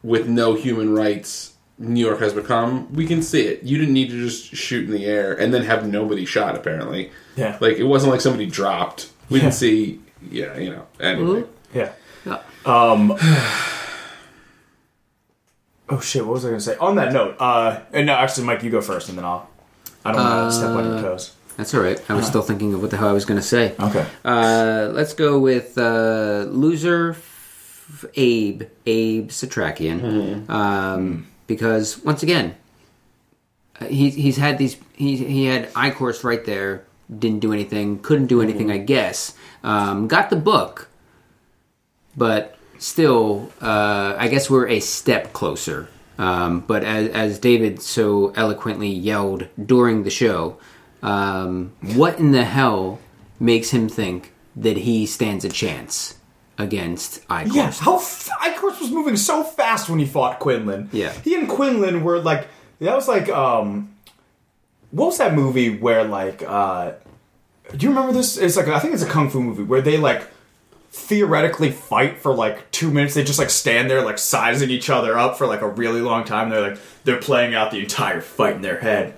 with no human rights New York has become. We can see it. You didn't need to just shoot in the air and then have nobody shot. Apparently, Yeah. like it wasn't like somebody dropped. We Yeah. didn't see. Yeah, you know. Anyway, Yeah. Yeah. Um. oh shit! What was I gonna say? On that note, uh, and no, actually, Mike, you go first, and then I'll. I don't want to step on your toes. That's all right. I was still thinking of what the hell I was going to say. Okay. Uh, let's go with uh, loser f- Abe Abe Satrakian, um, because once again, uh, he, he's had these he he had I course right there, didn't do anything, couldn't do anything, I guess. Um, got the book, but still, uh, I guess we're a step closer. Um, but as, as David so eloquently yelled during the show, um, what in the hell makes him think that he stands a chance against Icarus? Yeah, how f- Icarus was moving so fast when he fought Quinlan. Yeah. he and Quinlan were like that was like um, what was that movie where like uh, do you remember this? It's like I think it's a kung fu movie where they like theoretically fight for like two minutes. They just like stand there like sizing each other up for like a really long time. They're like they're playing out the entire fight in their head.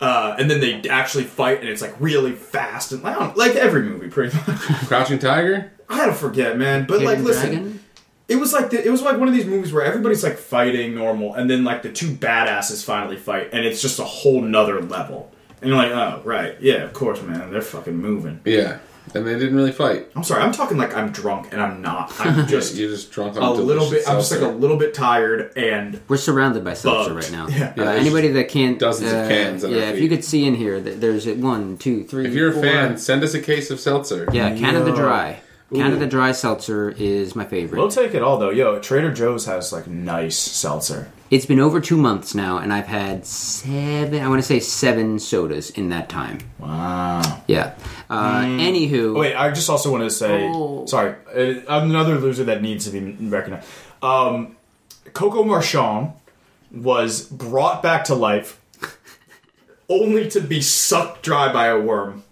Uh, and then they actually fight, and it's like really fast and loud, like every movie, pretty much. Crouching Tiger. I don't forget, man. But like, Hidden listen, Dragon? it was like the, it was like one of these movies where everybody's like fighting normal, and then like the two badasses finally fight, and it's just a whole nother level. And you're like, oh right, yeah, of course, man, they're fucking moving. Yeah, and they didn't really fight. I'm sorry, I'm talking like I'm drunk, and I'm not. I'm just You're just drunk on a little delicious bit. I'm just like seltzer. a little bit tired, and We're surrounded by seltzer Bugged. right now. Yeah. Uh, Yeah, there's anybody that can't dozens of uh, cans at our Yeah, if feet. you could see in here, th- there's it one, two, three. If you're a four. fan, send us a case of seltzer. yeah, Canada Yo. Dry. Canada Ooh. Dry seltzer is my favorite. we'll take it all though. Yo, Trader Joe's has like nice seltzer. It's been over two months now, and I've had seven. I want to say seven sodas in that time. Wow. Yeah. Uh, Anywho, Oh, Wait, I just also wanted to say, Oh. sorry, uh, another loser that needs to be recognized. Um, Coco Marchand was brought back to life, only to be sucked dry by a worm.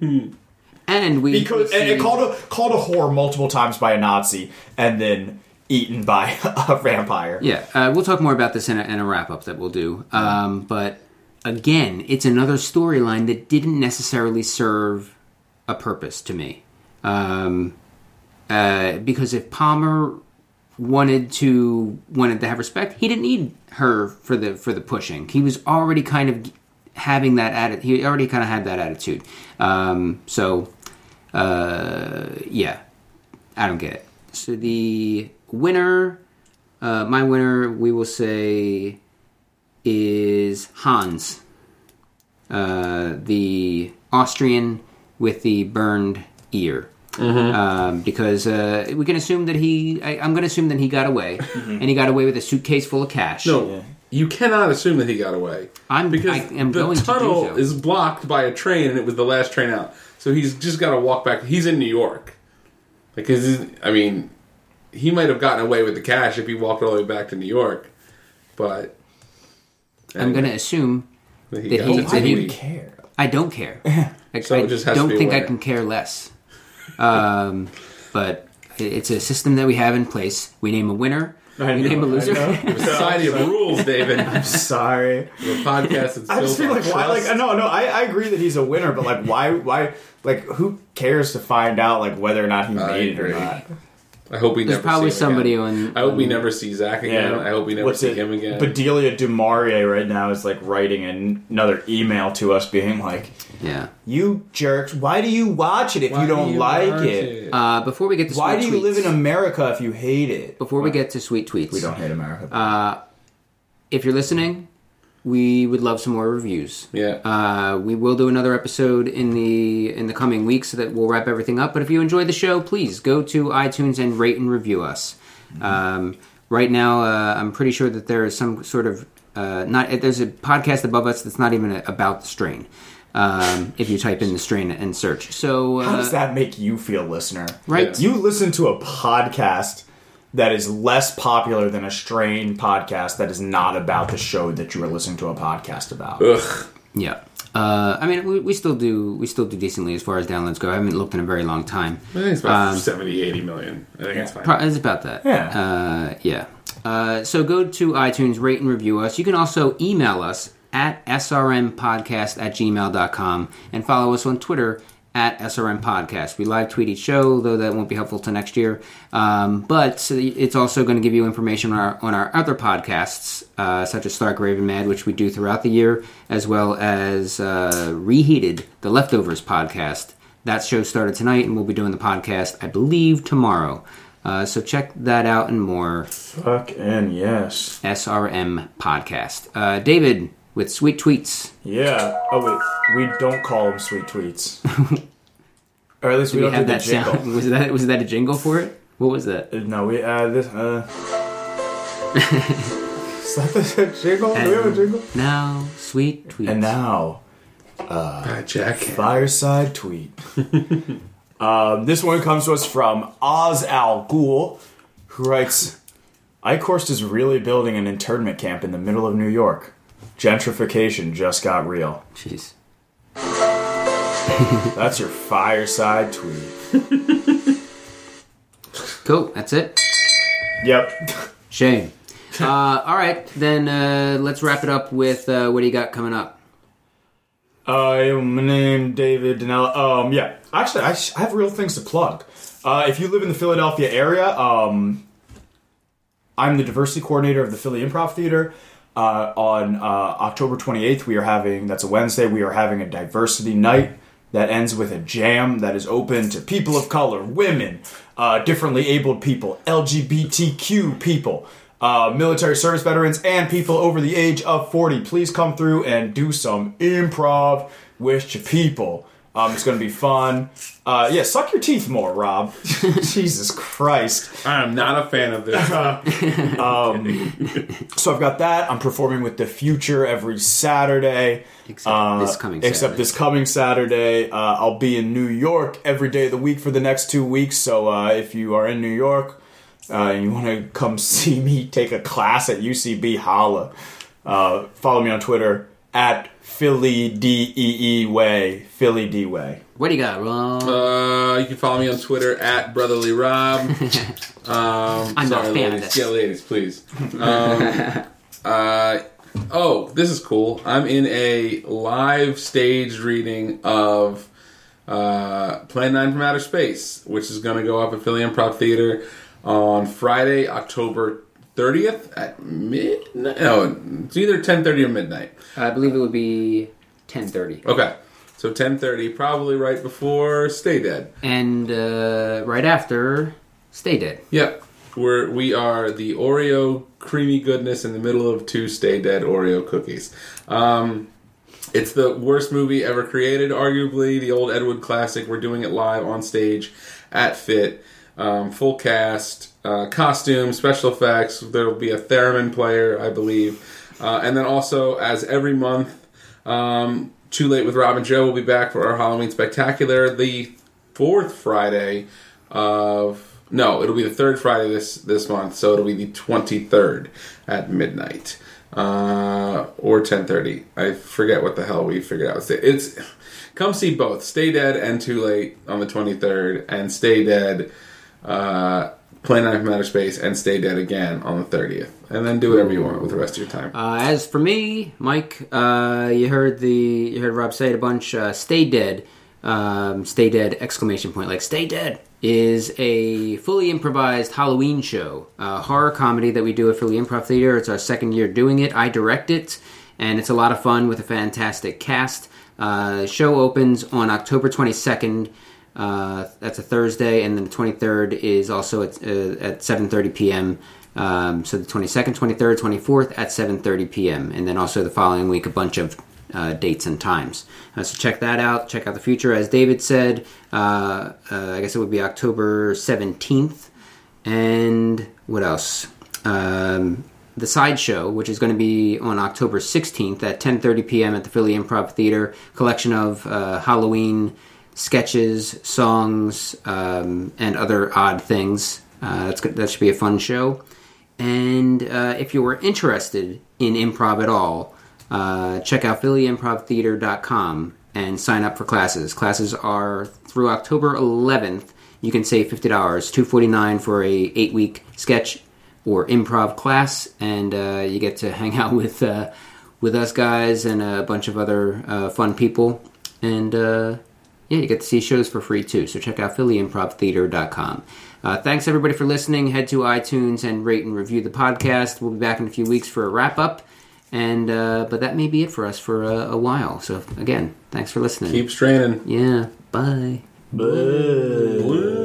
and we Because we and, and see- called a called a whore multiple times by a Nazi, and then eaten by (laughs) a vampire. Yeah, uh, we'll talk more about this in a, in a wrap up that we'll do. Um, but again, it's another storyline that didn't necessarily serve a purpose to me. Um, uh, because if Palmer wanted to wanted to have respect, he didn't need her for the for the pushing. He was already kind of having that attitude. He already kind of had that attitude. Um, so uh, yeah, I don't get it. So the winner uh, my winner, we will say, is Hans, uh, the Austrian with the burned ear. Mm-hmm. Um, because uh, we can assume that he, I, I'm going to assume that he got away, and he got away with a suitcase full of cash. Mm-hmm. No, You cannot assume that he got away. I'm- because I am the going to do tunnel so. is blocked by a train, and it was the last train out. So he's just got to walk back. He's in New York. Because I mean, he might have gotten away with the cash if he walked all the way back to New York, but I'm going to assume He that got he- to that take he- it. care. I don't care. Like, (laughs) So it I just has to don't be think I aware. can care less. Um, (laughs) but it's a system that we have in place. We name a winner. I we know, name a I loser. (laughs) know. Society (laughs) of rules, David. I'm sorry. The podcast is I just feel built like on why? Like trust. no, no. I, I agree that he's a winner, but like why? Why? Like who cares to find out like whether or not he I made it or agree. not? I hope we There's never probably see him somebody again. on. I hope we never see Zach again. Yeah. I hope we never What's see it? him again. Bedelia Dumaurier right now is like writing an- another email to us, being like, Yeah. "You jerks! Why do you watch it if Why you don't do like want it? Uh, before we get to Why do sweet you live tweets- in America if you hate it?" Before we get to sweet tweets, We don't hate America. if you're listening, we would love some more reviews. Yeah. Uh, we will do another episode in the in the coming weeks so that we'll wrap everything up. But if you enjoyed the show, please go to iTunes and rate and review us. Mm-hmm. Um, right now, uh, I'm pretty sure that there is some sort of uh, not. There's a podcast above us that's not even about the strain. Um, if you type in the strain and search, so How uh, does that make you feel, listener? Right. You listen to a podcast that is less popular than a strain podcast that is not about the show that you are listening to a podcast about. Ugh. yeah. Uh, I mean, we, we still do we still do decently as far as downloads go. I haven't looked in a very long time. I think it's about seventy, eighty million. 70, 80 million. I think it's fine. Pro- it's about that. Yeah. Uh, yeah. Uh, so go to iTunes, rate and review us. You can also email us at srmpodcast at gmail.com and follow us on Twitter at srmpodcast. We live tweet each show, though that won't be helpful till next year. Um, but it's also going to give you information on our, on our other podcasts, uh, such as Stark Raven Mad, which we do throughout the year, as well as uh, Reheated, the Leftovers podcast. That show started tonight, and we'll be doing the podcast, I believe, tomorrow. Uh, so check that out and more. Fucking yes. SRM podcast. Uh, David with sweet tweets. Yeah. Oh wait, we don't call them sweet (laughs) tweets, or at least we, We don't have do the that jingle. sound. (laughs) Was that was that a jingle for it? What was that? No, we uh this (laughs) uh. is that the (laughs) jingle? do we have a And jingle? Now sweet tweets. And now. Ah, Jack. Fireside tweet. um, this one comes to us from Oz Al Ghul, who writes Eichhorst is really building an internment camp in the middle of New York. Gentrification just got real. Jeez. That's your fireside tweet. Cool. That's it. Yep. (laughs) Shame. Uh, all right, then uh, let's wrap it up with uh, what do you got coming up? I'm named Uh, David Danella. Um, yeah, actually, I, sh- I have real things to plug. Uh, if you live in the Philadelphia area, um, I'm the diversity coordinator of the Philly Improv Theater. Uh, on uh, October 28th, we are having that's a Wednesday. We are having a diversity night that ends with a jam that is open to people of color, women, uh, differently abled people, LGBTQ people uh, military service veterans, and people over the age of 40. Please come through and do some improv with your people. Um, it's going to be fun. Uh, yeah, suck your teeth more, Rob. Jesus Christ. I'm not a fan of (laughs) this. So I've got that. I'm performing with The Future every Saturday. Uh, Except this coming Except Saturday. this coming Saturday. Uh, I'll be in New York every day of the week for the next two weeks. So uh, if you are in New York uh, and you want to come (laughs) see me take a class at UCB, holla. Uh, follow me on Twitter at Philly D E E Way. Philly D Way. What do you got, Rob? Uh, you can follow me on Twitter at brotherly rob. (laughs) Um, I'm not a fan of ladies. this. Yeah, ladies, please. Um, (laughs) uh, oh, this is cool. I'm in a live stage reading of uh, Plan Nine from Outer Space, which is going to go up at Philly Improv Theater on Friday, October 30th at midnight. No, it's either 10:30 or midnight. I believe it would be ten thirty. Okay, so 10:30, probably right before Stay Dead. And uh, right after, stay dead. Yep. We're we are the Oreo creamy goodness in the middle of two stay dead Oreo cookies. Um it's the worst movie ever created, arguably the old Edward classic. We're doing it live on stage at Fit, um, full cast, uh, costume, special effects. There will be a theremin player, I believe. Uh, and then also, as every month, um, Too Late with Rob and Joe will be back for our Halloween Spectacular the fourth Friday of. No, it'll be the third Friday this, this month, so it'll be the 23rd at midnight. Uh, or 10.30. I forget what the hell we figured out. It's, come see both. Stay Dead and Too Late on the 23rd, and Stay Dead uh, play Knife from Outer Space and Stay Dead again on the 30th. And then do whatever you want with the rest of your time. Uh, as for me, Mike, uh, you heard the you heard Rob say it a bunch. Uh, stay dead, um, stay dead! Exclamation point! Like stay dead is a fully improvised Halloween show, uh, horror comedy that we do at Philly Improv Theater. It's our second year doing it. I direct it, and it's a lot of fun with a fantastic cast. Uh, show opens on October twenty second. Uh, that's a Thursday, and then the 23rd is also at, uh, at 7:30 p.m. Um, so the 22nd, 23rd, 24th at 7:30 p.m. and then also the following week a bunch of uh, dates and times. Uh, so check that out. Check out the future, as David said. Uh, uh, I guess it would be October 17th, and what else? Um, the sideshow, which is going to be on October 16th at 10:30 p.m. at the Philly Improv Theater. Collection of uh, Halloween sketches, songs, um, and other odd things. Uh, that's good. That should be a fun show. And uh, if you were interested in improv at all, uh, check out phillyimprovtheater.com and sign up for classes. Classes are through October 11th. You can save fifty dollars, two forty nine for a eight week sketch or improv class, and uh, you get to (laughs) hang out with uh, with us guys and a bunch of other uh, fun people. And uh, yeah, you get to see shows for free too. So check out phillyimprovtheater.com. Uh, thanks everybody for listening. Head to iTunes and rate and review the podcast. We'll be back in a few weeks for a wrap up. And uh, but that may be it for us for a, a while. So again, thanks for listening. Keep straining. yeah, bye. Blue.